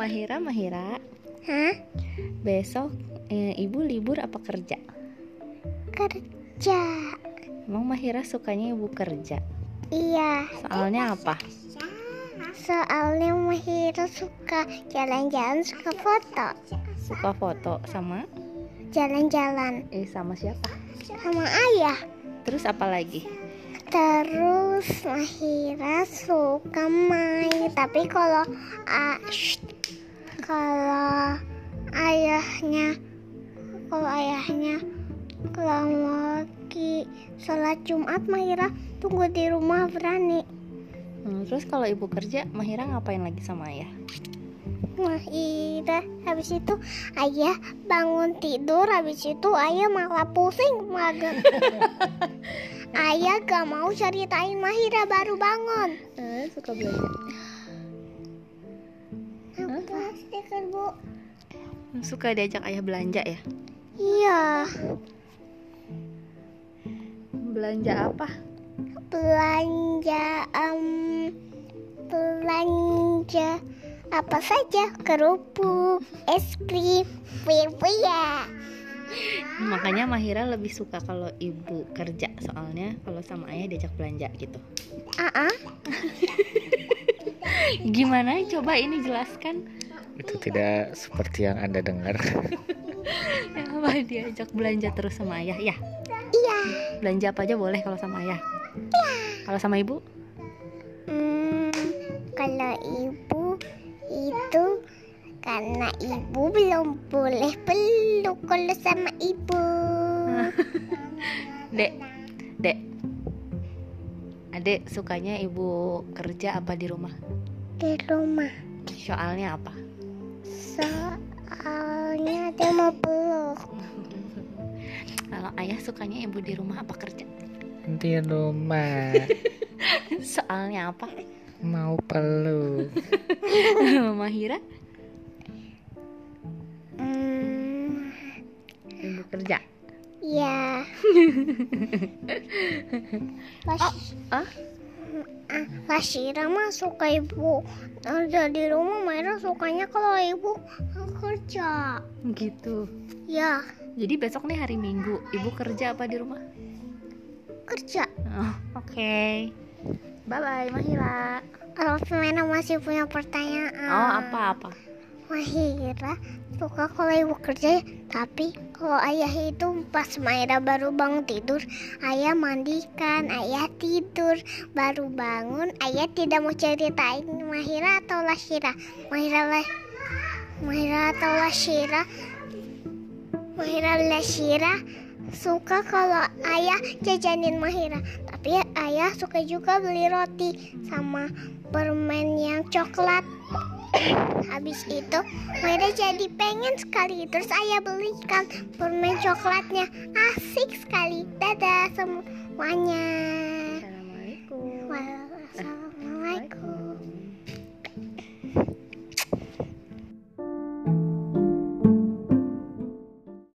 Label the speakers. Speaker 1: Mahira, Mahira,
Speaker 2: Hah?
Speaker 1: besok eh, ibu libur apa kerja?
Speaker 2: Kerja.
Speaker 1: Emang Mahira sukanya ibu kerja.
Speaker 2: Iya.
Speaker 1: Soalnya apa?
Speaker 2: Soalnya Mahira suka jalan-jalan, suka foto.
Speaker 1: Suka foto sama
Speaker 2: Jalan-jalan
Speaker 1: eh sama siapa?
Speaker 2: sama ayah.
Speaker 1: Terus apa lagi?
Speaker 2: Terus Mahira suka main, tapi kalau a- shh. kalau ayahnya kalau ayahnya kalau mau ki sholat Jumat Mahira tunggu di rumah berani.
Speaker 1: Hmm, terus kalau ibu kerja, Mahira ngapain lagi sama ayah?
Speaker 2: Mahira habis itu ayah bangun tidur habis itu ayah malah pusing mager ayah gak mau ceritain Mahira baru bangun
Speaker 1: Eh, suka belanja.
Speaker 2: apa stiker bu
Speaker 1: Suka diajak ayah belanja ya?
Speaker 2: iya
Speaker 1: Belanja apa?
Speaker 2: belanja em, belanja apa saja kerupuk es krim kue ya
Speaker 1: Makanya Mahira lebih suka kalau ibu kerja, soalnya kalau sama ayah diajak belanja gitu.
Speaker 2: ah
Speaker 1: Gimana? Coba ini jelaskan.
Speaker 3: Itu tidak seperti yang Anda dengar.
Speaker 1: Apa diajak belanja terus sama ayah? Ya,
Speaker 2: iya
Speaker 1: belanja apa aja boleh kalau sama ayah. Kalau sama ibu?
Speaker 2: Hmm, kalau ibu itu karena ibu belum boleh peluk kalau sama ibu.
Speaker 1: Dek, dek. Adek sukanya ibu kerja apa di rumah?
Speaker 2: Di rumah.
Speaker 1: Soalnya apa?
Speaker 2: Soalnya dia mau peluk.
Speaker 1: Kalau ayah sukanya ibu di rumah apa kerja?
Speaker 3: Di rumah
Speaker 1: Soalnya apa?
Speaker 3: mau peluk.
Speaker 1: Mahira,
Speaker 2: Hmm,
Speaker 1: ibu kerja.
Speaker 2: ya. Pas-
Speaker 1: ah.
Speaker 2: Ah, Lashira mah suka ibu Udah di rumah Maira sukanya kalau ibu kerja
Speaker 1: Gitu.
Speaker 2: Ya
Speaker 1: Jadi besok nih hari Minggu, ibu kerja apa di rumah?
Speaker 2: kerja
Speaker 1: Oh, Oke. Bye bye Mahira.
Speaker 2: Kalau Mena masih punya pertanyaan.
Speaker 1: Oh apa apa?
Speaker 2: Mahira suka kalau ibu kerja, tapi kalau ayah itu pas Mahira baru bangun tidur, ayah mandikan, ayah tidur, baru bangun, ayah tidak mau ceritain Mahira atau Lashira. Mahira lah, Mahira atau Lashira. Mahira Lashira suka kalau ayah jajanin Mahira, tapi ayah suka juga beli roti sama permen yang coklat. Habis itu Maira jadi pengen sekali Terus ayah belikan permen coklatnya Asik sekali Dadah semuanya